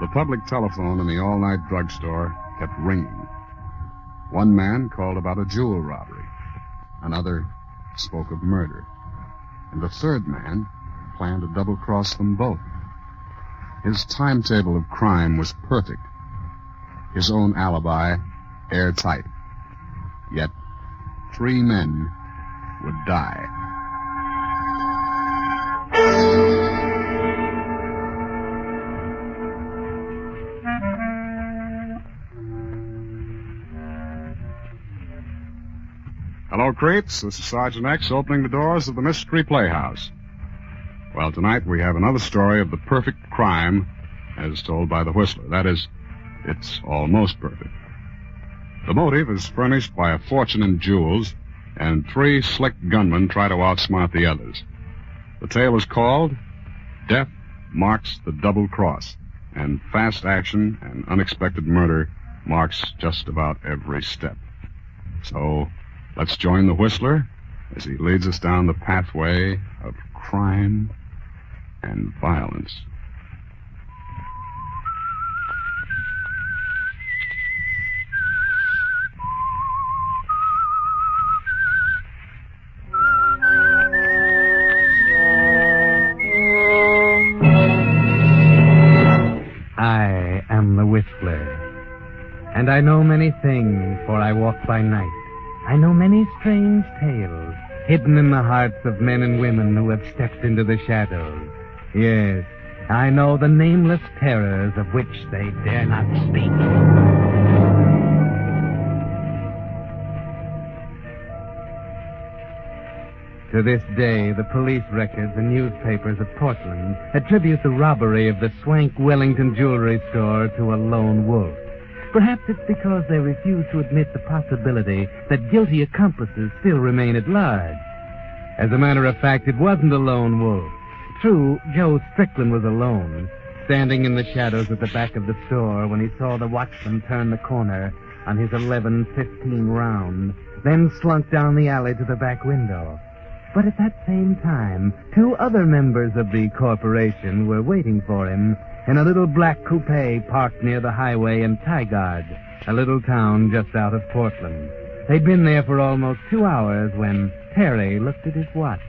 The public telephone in the all night drugstore kept ringing. One man called about a jewel robbery. Another spoke of murder. And a third man planned to double cross them both. His timetable of crime was perfect. His own alibi airtight. Yet three men would die. Hello, creeps. This is Sergeant X opening the doors of the Mystery Playhouse. Well, tonight we have another story of the perfect crime as told by the Whistler. That is, it's almost perfect. The motive is furnished by a fortune in jewels, and three slick gunmen try to outsmart the others. The tale is called Death Marks the Double Cross, and fast action and unexpected murder marks just about every step. So, let's join the Whistler as he leads us down the pathway of crime and violence. I am the Whistler. And I know many things, for I walk by night. I know many strange tales, hidden in the hearts of men and women who have stepped into the shadows. Yes, I know the nameless terrors of which they dare not speak. To this day, the police records and newspapers of Portland attribute the robbery of the Swank Wellington jewelry store to a lone wolf. Perhaps it's because they refuse to admit the possibility that guilty accomplices still remain at large. As a matter of fact, it wasn't a lone wolf. True, Joe Strickland was alone, standing in the shadows at the back of the store when he saw the watchman turn the corner on his 11:15 round, then slunk down the alley to the back window. But at that same time, two other members of the corporation were waiting for him in a little black coupe parked near the highway in Tigard, a little town just out of Portland. They'd been there for almost two hours when Terry looked at his watch.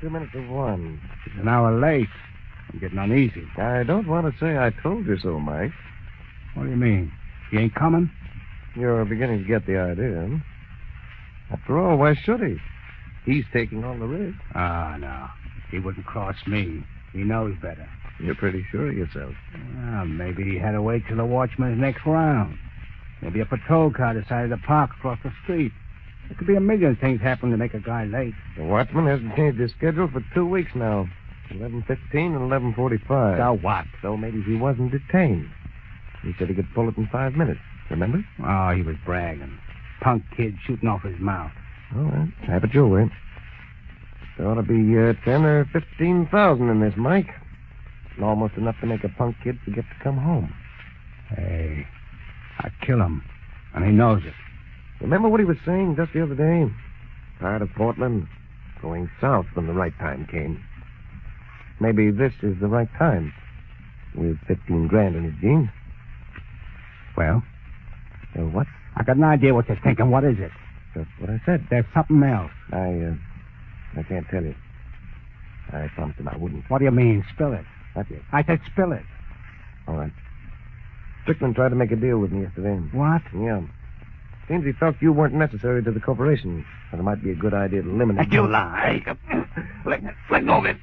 Two minutes of one. It's an hour late. I'm getting uneasy. I don't want to say I told you so, Mike. What do you mean? He ain't coming? You're beginning to get the idea. After all, why should he? He's taking all the risk. Ah, no. He wouldn't cross me. He knows better. You're pretty sure of yourself. Well, maybe he had to wait till the watchman's next round. Maybe a patrol car decided to park across the street. There could be a million things happen to make a guy late. The watchman hasn't changed his schedule for two weeks now. Eleven fifteen and eleven forty-five. So what? So maybe he wasn't detained. He said he could pull it in five minutes. Remember? Oh, he was bragging. Punk kid shooting off his mouth. All right, have it your way. There ought to be uh, ten or fifteen thousand in this, Mike. And almost enough to make a punk kid forget to come home. Hey, I kill him, and he knows it. Remember what he was saying just the other day? Tired of Portland, going south when the right time came. Maybe this is the right time. With fifteen grand in his jeans. Well, So what? I got an idea what you're thinking. What is it? Just what I said. There's something else. I, uh, I can't tell you. I promised him I wouldn't. What do you mean? Spill it. Not yet. I said spill it. All right. Strickland tried to make a deal with me yesterday. What? Yeah. Seems he felt you weren't necessary to the corporation, but it might be a good idea to eliminate You lie. Let, let go of it.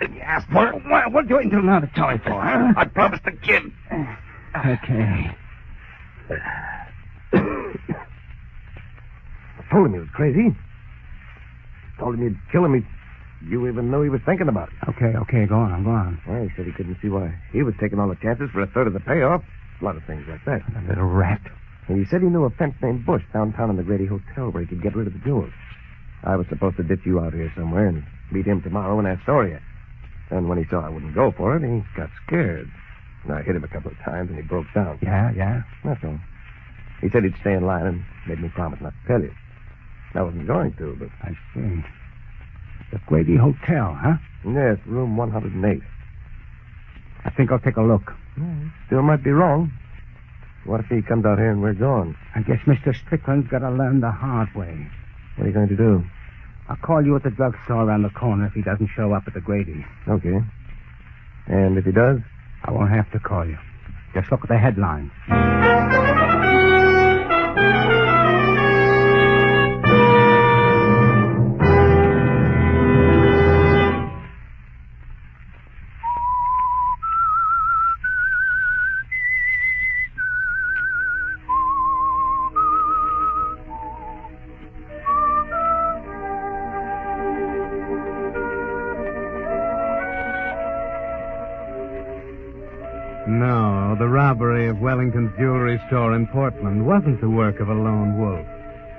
You asked for it. What, what do you do now to tell me for, huh? I promised the kid. Okay. I told him he was crazy. Told him he'd kill him. He, you even know he was thinking about it. Okay, okay, go on, go on. Well, he said he couldn't see why he was taking all the chances for a third of the payoff. A lot of things like that. The little rat. And he said he knew a fence named Bush downtown in the Grady Hotel where he could get rid of the jewels. I was supposed to ditch you out here somewhere and meet him tomorrow in Astoria. And when he saw I wouldn't go for it, he got scared. And I hit him a couple of times and he broke down. Yeah, yeah. That's all. He said he'd stay in line and made me promise not to tell you. I wasn't going to, but I see. The Grady Hotel, huh? yes, room 108. I think I'll take a look. Still might be wrong. What if he comes out here and we're gone? I guess Mr. Strickland's got to learn the hard way. What are you going to do? I'll call you at the drugstore around the corner if he doesn't show up at the Grady. Okay. And if he does? I won't have to call you. Just look at the headlines. No, the robbery of Wellington's jewelry store in Portland wasn't the work of a lone wolf.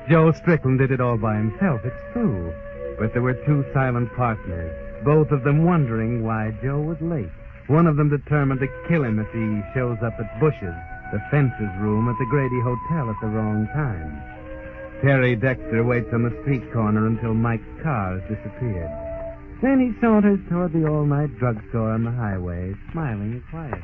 Joe Strickland did it all by himself, it's true. But there were two silent partners, both of them wondering why Joe was late. One of them determined to kill him if he shows up at Bush's, the fencer's room at the Grady Hotel at the wrong time. Terry Dexter waits on the street corner until Mike's car has disappeared. Then he saunters toward the all-night drugstore on the highway, smiling and quiet.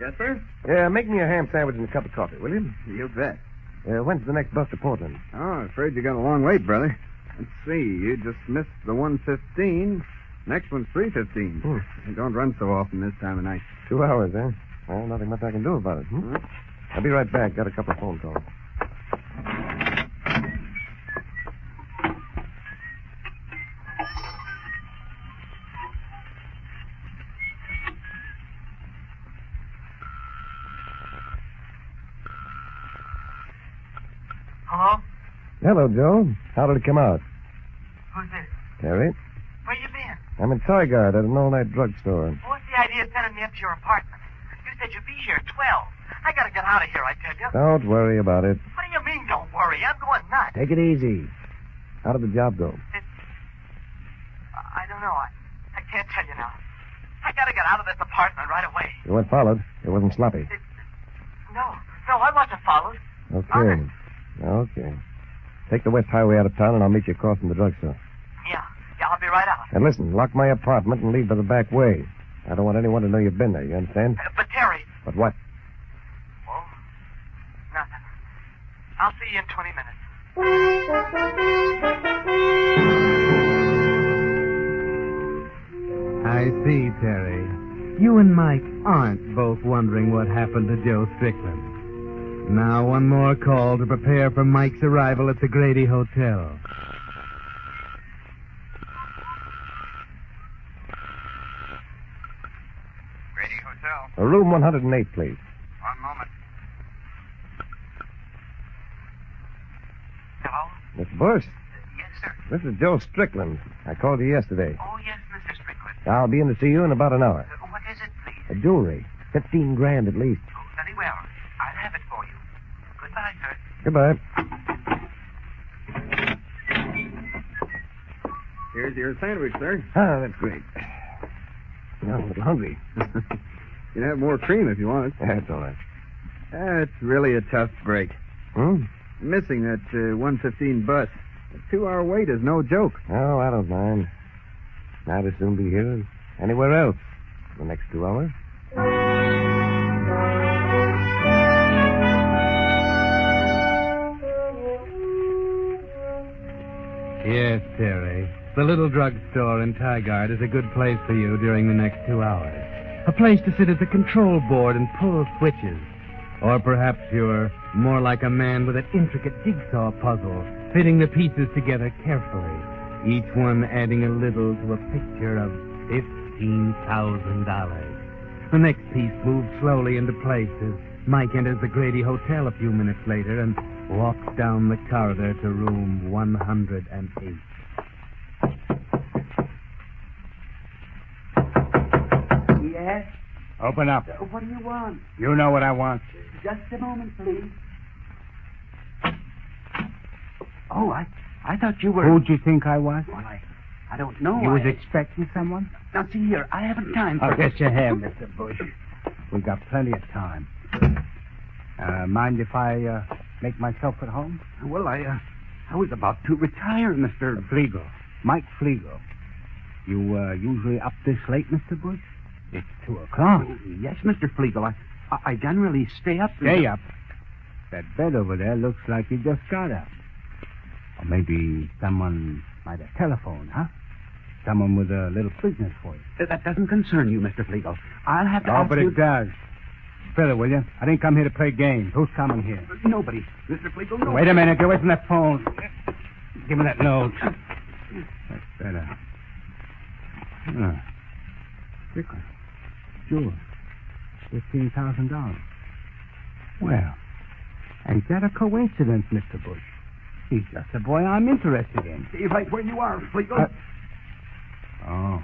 Yes, sir? Yeah, make me a ham sandwich and a cup of coffee, will you? You bet. Uh, when's the next bus to Portland? Oh, I'm afraid you got a long wait, brother. Let's see, you just missed the 115. Next one's 315. Hmm. They don't run so often this time of night. Two hours, eh? Well, nothing much I can do about it. Hmm? I'll be right back. Got a couple of phone calls. Hello? Hello, Joe. How did it come out? Who's this? Terry? Where you been? I'm in Tigard at an all-night drugstore. What's the idea of sending me up to your apartment? You said you'd be here at 12. I gotta get out of here, I tell you. Don't worry about it. What do you mean, don't worry? I'm going nuts. Take it easy. How did the job go? I I don't know. I, I can't tell you now. I gotta get out of this apartment right away. You went followed. It wasn't sloppy. It, no, no, I wasn't followed. Okay. Okay. Take the West Highway out of town, and I'll meet you across from the drugstore. Yeah, yeah, I'll be right out. And listen, lock my apartment and leave by the back way. I don't want anyone to know you've been there. You understand? Uh, but, Terry. But what? Oh, nothing. I'll see you in 20 minutes. I see, Terry. You and Mike aren't both wondering what happened to Joe Strickland. Now, one more call to prepare for Mike's arrival at the Grady Hotel. Grady Hotel. Uh, Room 108, please. One moment. Hello? Miss Bush, Yes, sir. this is Joe Strickland. I called you yesterday. Oh, yes, Mr. Strickland. I'll be in to see you in about an hour. Uh, what is it, please? Uh, jewelry. Fifteen grand at least. Oh, very well. I'll have it for you. Goodbye, sir. Goodbye. Here's your sandwich, sir. Ah, that's great. Now I'm a little hungry. You can have more cream if you want. That's all right. That's really a tough break. Hmm? Missing that uh, 115 bus. A two-hour wait is no joke. Oh, I don't mind. I'd as soon be here as anywhere else. The next two hours. Yes, Terry. The little drugstore in Tigard is a good place for you during the next two hours. A place to sit at the control board and pull switches. Or perhaps you're more like a man with an intricate jigsaw puzzle, fitting the pieces together carefully, each one adding a little to a picture of $15,000. The next piece moves slowly into place as Mike enters the Grady Hotel a few minutes later and walks down the corridor to room 108. Yes? Uh, Open up. What do you want? You know what I want. Just a moment, please. Oh, I, I thought you were. Who'd you think I was? Well, I, I don't know. you was I... expecting someone? Now, see here, I haven't time for. Oh, yes, you have, Mr. Bush. We got plenty of time. Uh, mind if I uh, make myself at home? Well, I, uh, I was about to retire, Mr. Legal. Mike Flegel. You uh, usually up this late, Mr. Bush? It's two o'clock. Yes, Mr. Flegel. I, I- I generally stay up. Stay up. That bed over there looks like you just got up. Or maybe someone might have telephoned, huh? Someone with a little business for you. Uh, That doesn't concern you, Mr. Flegel. I'll have to Oh, ask but you... it does. Fill it, will you? I didn't come here to play games. Who's coming here? Nobody. Mr. Flegel, nobody. Wait a minute. Get away from that phone. Give me that note. That's better. Ah. Quickly. Sure. Fifteen thousand dollars. Well, ain't that a coincidence, Mr. Bush? He's just a boy I'm interested in. Stay right where you are, Flegel. Uh, Oh.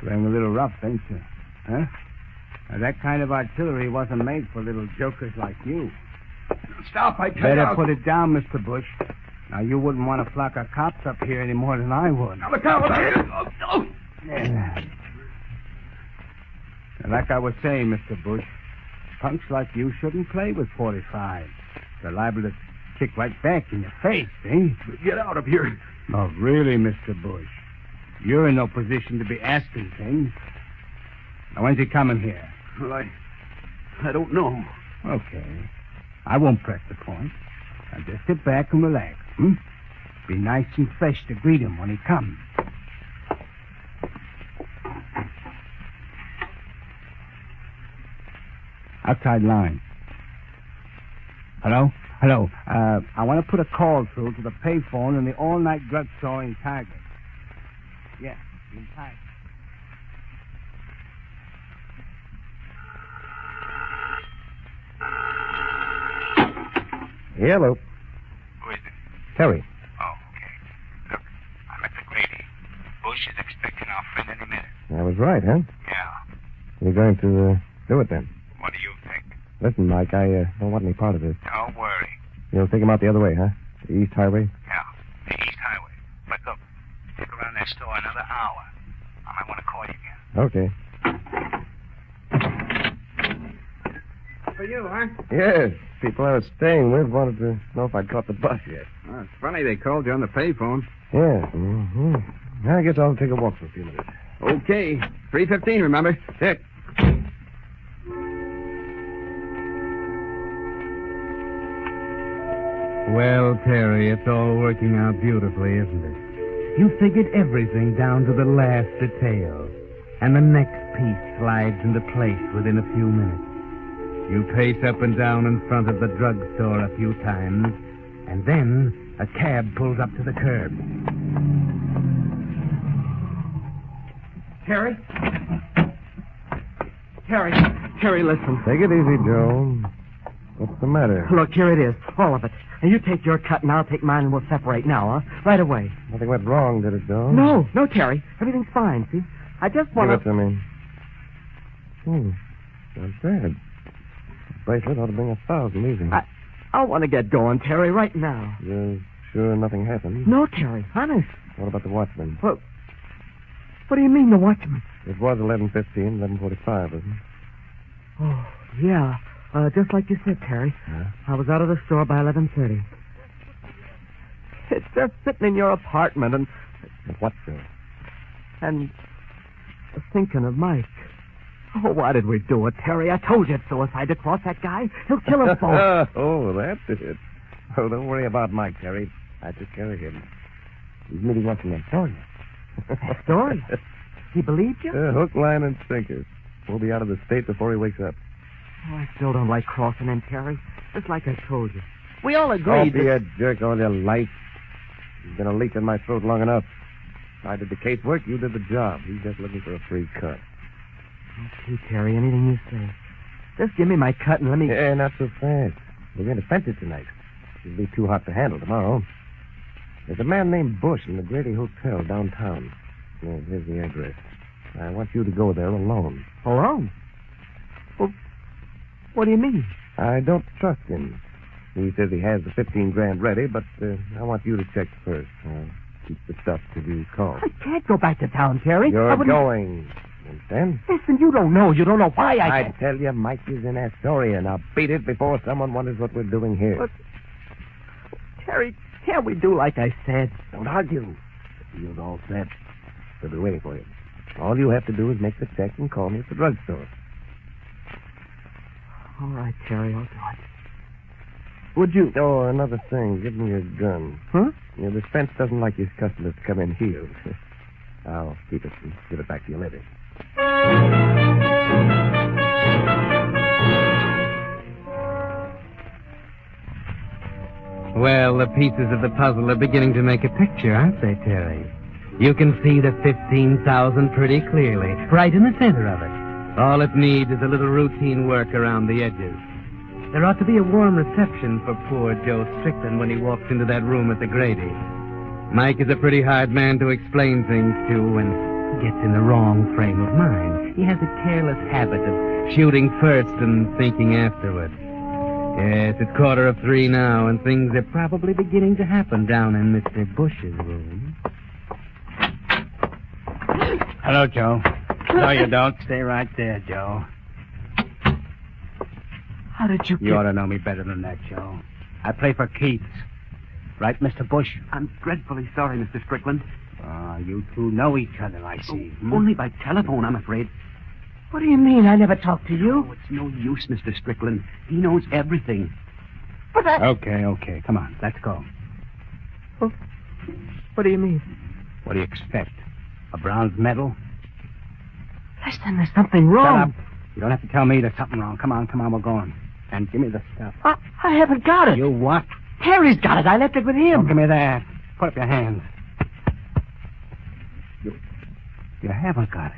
Playing a little rough, ain't you? Huh? Now, that kind of artillery wasn't made for little jokers like you. Stop, I tell you. Better I'll- put it down, Mr. Bush. Now, you wouldn't want a flock of cops up here any more than I would. Now, look out. Oh, oh. Yeah. And Like I was saying, Mr. Bush, punks like you shouldn't play with 45. They're liable to kick right back in your face, eh? Get out of here. Oh, really, Mr. Bush? You're in no position to be asking things. Now, when's he coming here? Well, I... I don't know. Okay. I won't press the point. Now, just sit back and relax, hmm? Be nice and fresh to greet him when he comes. Outside line. Hello? Hello. Uh, I want to put a call through to the payphone in the all-night drug store in Tiger. Yeah, in Tiger. Hello. Who is it? Terry. Oh, okay. Look, I'm at the Grady. Bush is expecting our friend any minute. I was right, huh? Yeah. You're going to uh, do it then. What do you think? Listen, Mike, I uh, don't want any part of this. Don't worry. You'll take him out the other way, huh? The East Highway? Yeah. The East Highway. But look, stick around that store another hour. I might want to call you again. Okay. For you, huh? Yes. People I was staying with wanted to know if I'd caught the bus yet. Well, it's funny they called you on the payphone. Yes. Mm-hmm. I guess I'll take a walk for a few minutes. Okay. 315, remember? Check. Well, Terry, it's all working out beautifully, isn't it? You figured everything down to the last detail, and the next piece slides into place within a few minutes. You pace up and down in front of the drugstore a few times, and then a cab pulls up to the curb. Terry? Terry. Terry, listen. Take it easy, Joe. What's the matter? Look, here it is. All of it. And you take your cut and I'll take mine and we'll separate now, huh? Right away. Nothing went wrong, did it, Joe? No, no, Terry. Everything's fine, see? I just Give want it to me. Hmm. Not bad. Bracelet ought to bring a thousand easy. I- I want to get going, Terry, right now. You're sure nothing happened? No, Terry. Honest. What about the watchman? What do you mean, the watchman? It was 11.15, 11.45, isn't it? Oh, yeah. Uh, just like you said, Terry. Yeah. I was out of the store by 11.30. It's just sitting in your apartment and, But what, Joe? and thinking of Mike. Oh, why did we do it, Terry? I told you it's suicide to cross that guy. He'll kill us both. oh, that's it. Oh, don't worry about Mike, Terry. I took care of him. He's meeting up in Astoria. Astoria? He believed you? Uh, hook, line, and sinker. We'll be out of the state before he wakes up. Oh, I still don't like crossing him, Terry. Just like I told you. We all Don't agreed. be that- a jerk all your life. You've been a leak in my throat long enough. I did the case work, you did the job. He's just looking for a free cut. Okay, Terry, anything you say. Just give me my cut and let me. Yeah, not so fast. We're going to fence it tonight. It'll be too hot to handle tomorrow. There's a man named Bush in the Grady Hotel downtown. Yeah, here's the address. I want you to go there alone. Alone? Well, what do you mean? I don't trust him. He says he has the 15 grand ready, but uh, I want you to check first. I'll keep the stuff till you call. I can't go back to town, Terry. I You're wouldn't... going. You understand? Listen, you don't know. You don't know why I. I tell you, Mike is in Astoria. Now beat it before someone wonders what we're doing here. But- Terry, can't we do like I said? Don't argue. Deal's all set. They'll be waiting for you. All you have to do is make the check and call me at the drugstore. All right, Terry, I'll do it. Would you? Oh, another thing. Give me your gun. Huh? Yeah, the fence doesn't like his customers to come in healed. I'll keep it and give it back to you later. Well, the pieces of the puzzle are beginning to make a picture, aren't they, Terry? You can see the 15,000 pretty clearly, right in the center of it. All it needs is a little routine work around the edges. There ought to be a warm reception for poor Joe Strickland when he walks into that room at the Grady. Mike is a pretty hard man to explain things to when he gets in the wrong frame of mind. He has a careless habit of shooting first and thinking afterward. Yes, it's quarter of three now, and things are probably beginning to happen down in Mr. Bush's room. Hello, Joe. No, you don't. Stay right there, Joe. How did you get... You ought to know me better than that, Joe. I play for Keats. Right, Mr. Bush? I'm dreadfully sorry, Mr. Strickland. Ah, you two know each other, I see. Hmm? Only by telephone, I'm afraid. What do you mean? I never talked to you. Oh, it's no use, Mr. Strickland. He knows everything. But I... Okay, okay. Come on, let's go. What do you mean? What do you expect? A bronze medal? Listen, there's something Shut wrong. up. You don't have to tell me there's something wrong. Come on, come on, we're going. And give me the stuff. I, I haven't got it. You what? Terry's got it. I left it with Don't him. give me that. Put up your hands. You, you haven't got it.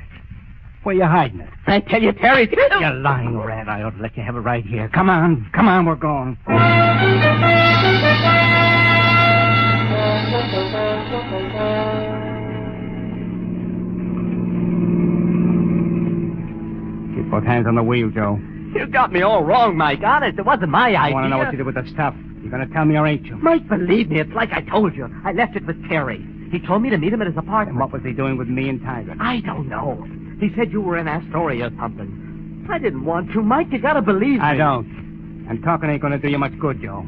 Where you hiding it? I tell you, Terry. You lying rat. I ought to let you have it right here. Come on. Come on, we're going. Keep both hands on the wheel, Joe. You got me all wrong, Mike. Honest, it wasn't my idea. I want to know what you did with the stuff. You gonna tell me or ain't you? Mike, believe me, it's like I told you. I left it with Terry. He told me to meet him at his apartment. And what was he doing with me and Tiger? I don't know. He said you were in Astoria or something. I didn't want to, Mike. You gotta believe I me. don't. And talking ain't gonna do you much good, Joe.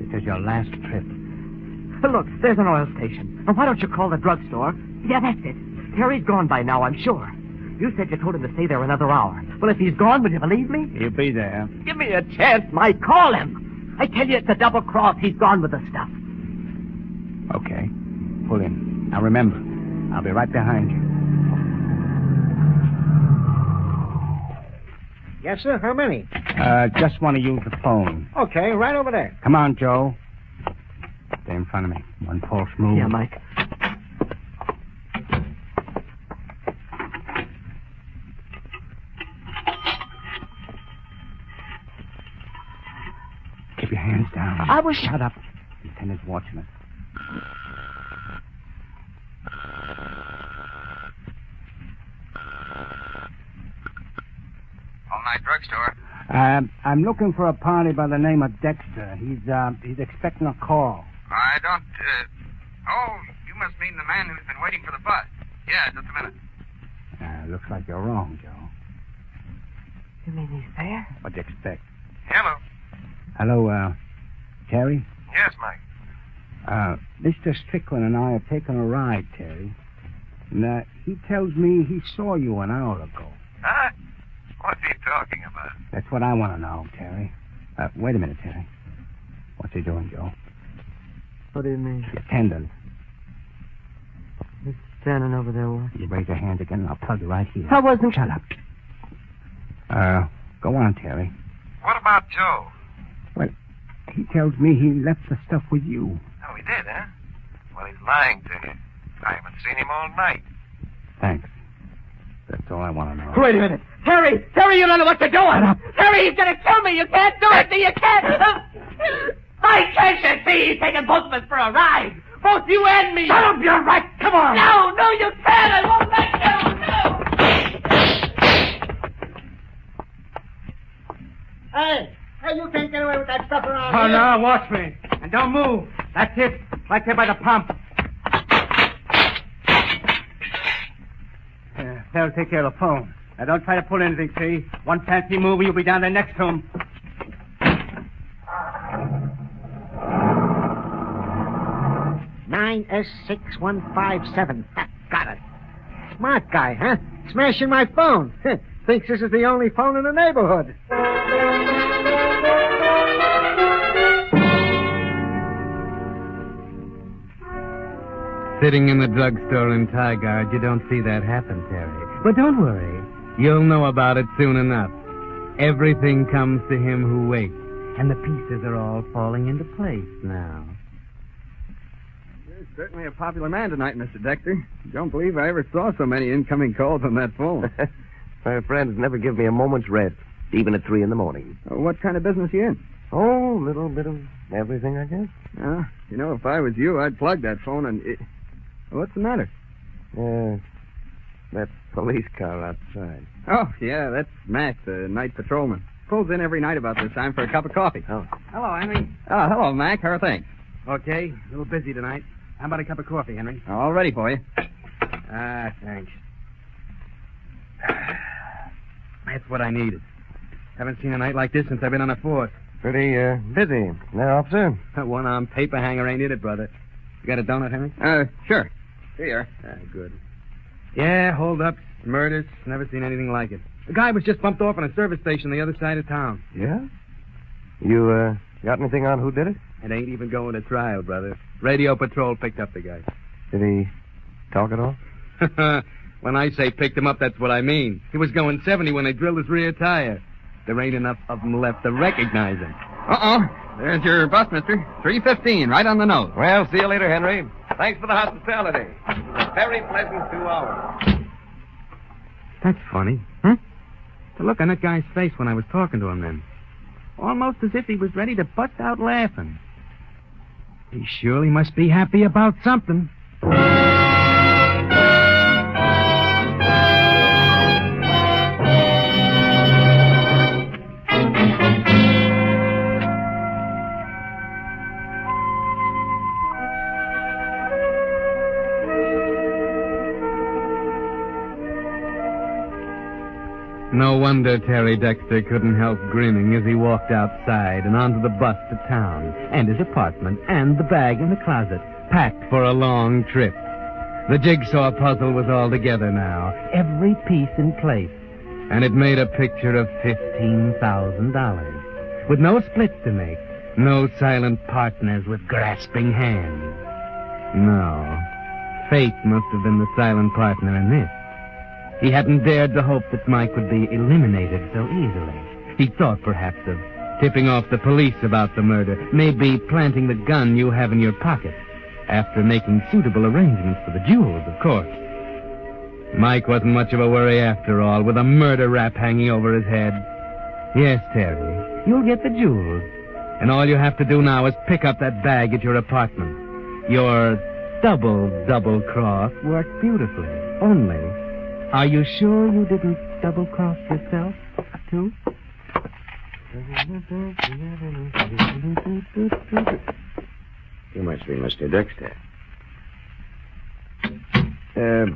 This is your last trip. Look, there's an oil station. Now, why don't you call the drugstore? Yeah, that's it. Terry's gone by now, I'm sure. You said you told him to stay there another hour. Well, if he's gone, would you believe me? He'll be there. Give me a chance, Mike. Call him. I tell you, it's a double cross. He's gone with the stuff. Okay. Pull in. Now remember, I'll be right behind you. Yes, sir. How many? Uh, just want to use the phone. Okay, right over there. Come on, Joe. Stay in front of me. One false move. Yeah, Mike. Keep your hands down. I was. Shut up. Lieutenant's watching us. All night drugstore. Um, I'm looking for a party by the name of Dexter. He's uh, he's expecting a call. I don't. Uh... Oh, you must mean the man who's been waiting for the bus. Yeah, just a minute. Uh, looks like you're wrong, Joe. You mean he's there? What'd you expect? Hello. Hello, uh, Terry. Yes, Mike. Uh, Mr. Strickland and I have taken a ride, Terry. And uh, he tells me he saw you an hour ago. Huh? What's he talking about? That's what I want to know, Terry. Uh, wait a minute, Terry. What's he doing, Joe? What do you mean? Your tendon. He's standing over there. What? You raise your hand again, and I'll plug you right here. I wasn't. Shut up. Uh, go on, Terry. What about Joe? He tells me he left the stuff with you. Oh, he did, huh? Well, he's lying to you. I haven't seen him all night. Thanks. That's all I want to know. Wait a minute. Terry! Terry, you don't know what you're doing! Shut up. Terry, he's gonna kill me! You can't do it! You can't! I can't you see he's taking both of us for a ride! Both you and me! Shut up, you're right! Come on! No, no, you can't! I won't let you! Hey, hey, you can't get away with that stuff around Oh, here. no, watch me. And don't move. That's it. Right there by the pump. Uh, they'll take care of the phone. Now, don't try to pull anything, see? One fancy move, you'll be down there next to him. Now 9S6157. Ha, Got it. Smart guy, huh? Smashing my phone. Heh, Thinks this is the only phone in the neighborhood. Sitting in the drugstore in Tigard, you don't see that happen, Terry. But don't worry. You'll know about it soon enough. Everything comes to him who waits, and the pieces are all falling into place now. You're certainly a popular man tonight, Mr. Dexter. Don't believe I ever saw so many incoming calls on that phone. My friends never give me a moment's rest, even at three in the morning. Uh, what kind of business you in? Oh, little bit of everything, I guess. Uh, you know, if I was you, I'd plug that phone and. It... What's the matter? Yeah. That police car outside. Oh, yeah, that's Mac, the night patrolman. Pulls in every night about this time for a cup of coffee. Oh. Hello, Henry. Oh, hello, Mac. How are things? Okay, a little busy tonight. How about a cup of coffee, Henry? All ready for you. Ah, thanks. That's what I needed. Haven't seen a night like this since I've been on the force. Pretty, uh, busy. Now, officer? That one arm paper hanger ain't in it, brother. You got a donut, Henry? Uh, sure. Here you are. Ah, good. Yeah, hold ups, murders. Never seen anything like it. The guy was just bumped off on a service station the other side of town. Yeah? You, uh, got anything on who did it? It ain't even going to trial, brother. Radio patrol picked up the Did he talk at all? guy. when I say picked him up, that's what I mean. He was going 70 when they drilled his rear tire. There ain't enough of 'em left to recognize him. Uh oh. There's your bus, mister. 315, right on the nose. Well, see you later, Henry. Thanks for the hospitality. Very pleasant two hours. Hmm? That's funny. Huh? The look on that guy's face when I was talking to him then. Almost as if he was ready to bust out laughing. He surely must be happy about something. No wonder Terry Dexter couldn't help grinning as he walked outside and onto the bus to town, and his apartment, and the bag in the closet, packed for a long trip. The jigsaw puzzle was all together now, every piece in place, and it made a picture of $15,000, with no splits to make, no silent partners with grasping hands. No. Fate must have been the silent partner in this. He hadn't dared to hope that Mike would be eliminated so easily. He thought perhaps of tipping off the police about the murder, maybe planting the gun you have in your pocket, after making suitable arrangements for the jewels, of course. Mike wasn't much of a worry after all, with a murder rap hanging over his head. Yes, Terry, you'll get the jewels. And all you have to do now is pick up that bag at your apartment. Your double, double cross worked beautifully. Only are you sure you didn't double cross yourself, too? You must be Mr. Dexter. Uh,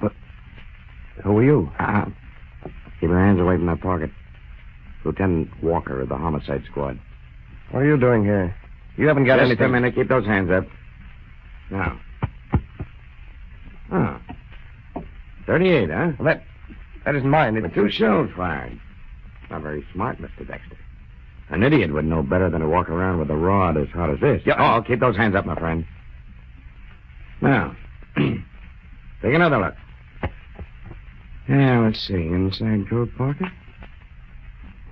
but who are you? Uh-huh. Uh, keep your hands away from my pocket. Lieutenant Walker of the Homicide Squad. What are you doing here? You haven't got Just anything. a minute. Keep those hands up. Now. Huh. 38, huh? Well, that, that isn't mine. It's With two shells fired. Not very smart, Mr. Dexter. An idiot would know better than to walk around with a rod as hot as this. Yeah, I- oh, keep those hands up, my friend. Now, take another look. Yeah, let's see. Inside coat pocket.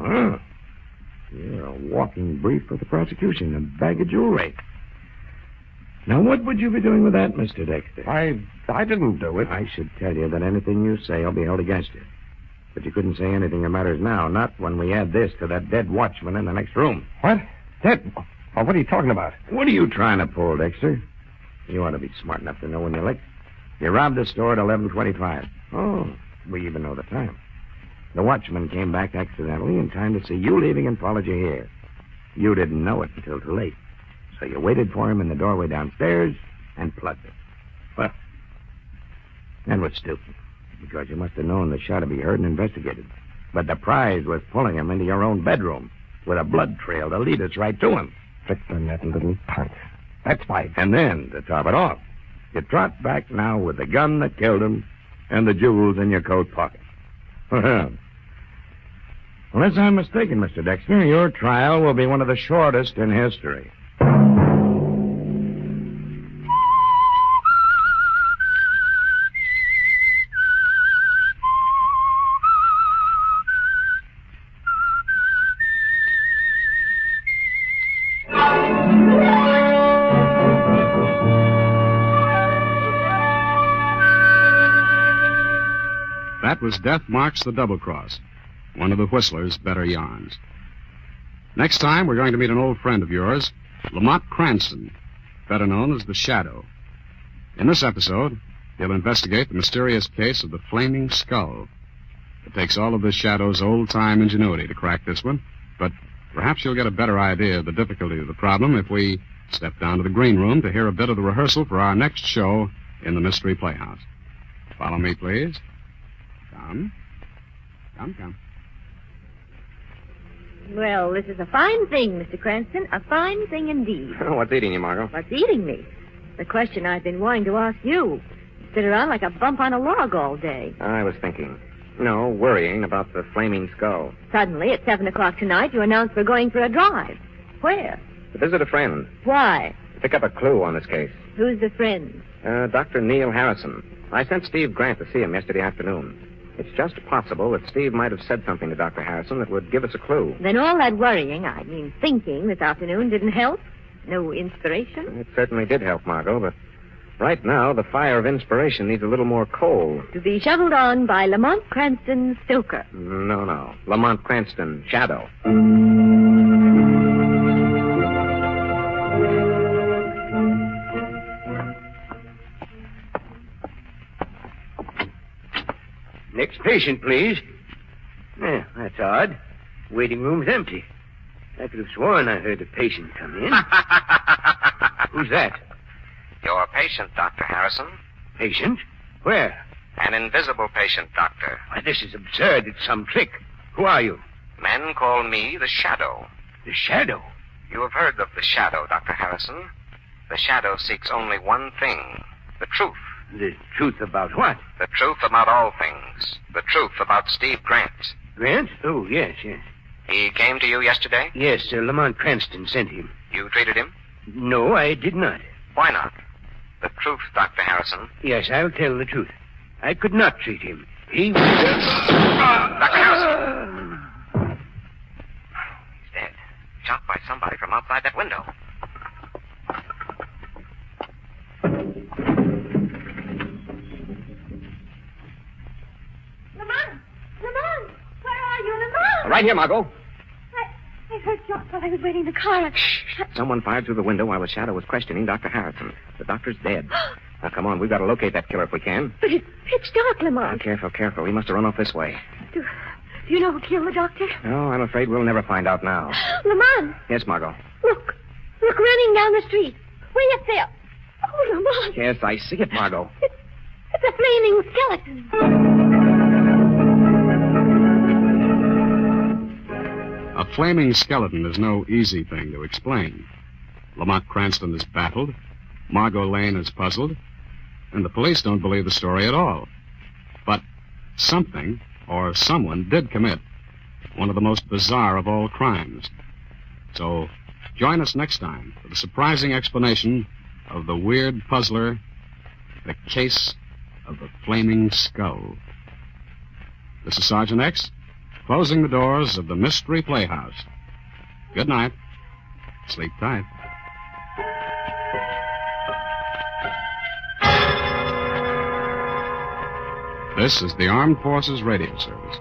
Oh, you're a walking brief for the prosecution, a bag of jewelry. Now, what would you be doing with that, Mr. Dexter? I, I didn't do it. I should tell you that anything you say, I'll be held against you. But you couldn't say anything that matters now, not when we add this to that dead watchman in the next room. What? Dead? Oh, what are you talking about? What are you trying to pull, Dexter? You ought to be smart enough to know when you licked. You robbed the store at 1125. Oh, we even know the time. The watchman came back accidentally in time to see you leaving and followed you here. You didn't know it until too late. So you waited for him in the doorway downstairs and plugged him. Well, that was stupid, because you must have known the shot to be heard and investigated. But the prize was pulling him into your own bedroom with a blood trail to lead us right to him. Tricked on that little punk. That's five. And then, to top it off, you trot back now with the gun that killed him and the jewels in your coat pocket. Well, unless I'm mistaken, Mr. Dexter, your trial will be one of the shortest in history. That was Death Marks the Double Cross, one of the Whistler's better yarns. Next time, we're going to meet an old friend of yours, Lamont Cranston, better known as the Shadow. In this episode, he'll investigate the mysterious case of the Flaming Skull. It takes all of the Shadow's old time ingenuity to crack this one, but perhaps you'll get a better idea of the difficulty of the problem if we step down to the green room to hear a bit of the rehearsal for our next show in the Mystery Playhouse. Follow me, please. Come. Come, come. Well, this is a fine thing, Mr. Cranston. A fine thing indeed. What's eating you, Margot? What's eating me? The question I've been wanting to ask you. Sit around like a bump on a log all day. I was thinking. No, worrying about the flaming skull. Suddenly, at 7 o'clock tonight, you announce we're going for a drive. Where? To visit a friend. Why? To pick up a clue on this case. Who's the friend? Uh, Dr. Neil Harrison. I sent Steve Grant to see him yesterday afternoon. It's just possible that Steve might have said something to Dr. Harrison that would give us a clue. Then all that worrying, I mean thinking, this afternoon didn't help? No inspiration? It certainly did help, Margot, but right now the fire of inspiration needs a little more coal. To be shoveled on by Lamont Cranston Stoker. No, no. Lamont Cranston, Shadow. Next patient, please. Yeah, that's odd. Waiting room's empty. I could have sworn I heard a patient come in. Who's that? Your patient, Dr. Harrison. Patient? Where? An invisible patient, Doctor. Why, this is absurd. It's some trick. Who are you? Men call me the Shadow. The Shadow? You have heard of the Shadow, Dr. Harrison. The Shadow seeks only one thing the truth. The truth about what? The truth about all things. The truth about Steve Grant. Grant? Oh, yes, yes. He came to you yesterday? Yes, uh, Lamont Cranston sent him. You treated him? No, I did not. Why not? The truth, Dr. Harrison. Yes, I'll tell the truth. I could not treat him. He was. Ah, Dr. Harrison! He's dead. Shot by somebody from outside that window. Lamont! Lamont! Where are you, Lamont? Right here, Margot. I, I heard shots while I was waiting in the car. Shh. Someone fired through the window while the shadow was questioning Dr. Harrison. The doctor's dead. now, come on. We've got to locate that killer if we can. But it's pitch dark, Now, Lamont. careful, careful. He must have run off this way. Do, do you know who killed the doctor? No, I'm afraid we'll never find out now. Lamont, Yes, Margot. look. Look, running down the street. Way up there. Oh, Lamont. Yes, I see it, Margot. It's a flaming skeleton. A flaming skeleton is no easy thing to explain. Lamont Cranston is baffled, Margot Lane is puzzled, and the police don't believe the story at all. But something or someone did commit one of the most bizarre of all crimes. So join us next time for the surprising explanation of the weird puzzler, the case of the flaming skull. This is Sergeant X closing the doors of the Mystery Playhouse. Good night. Sleep tight. This is the Armed Forces Radio Service.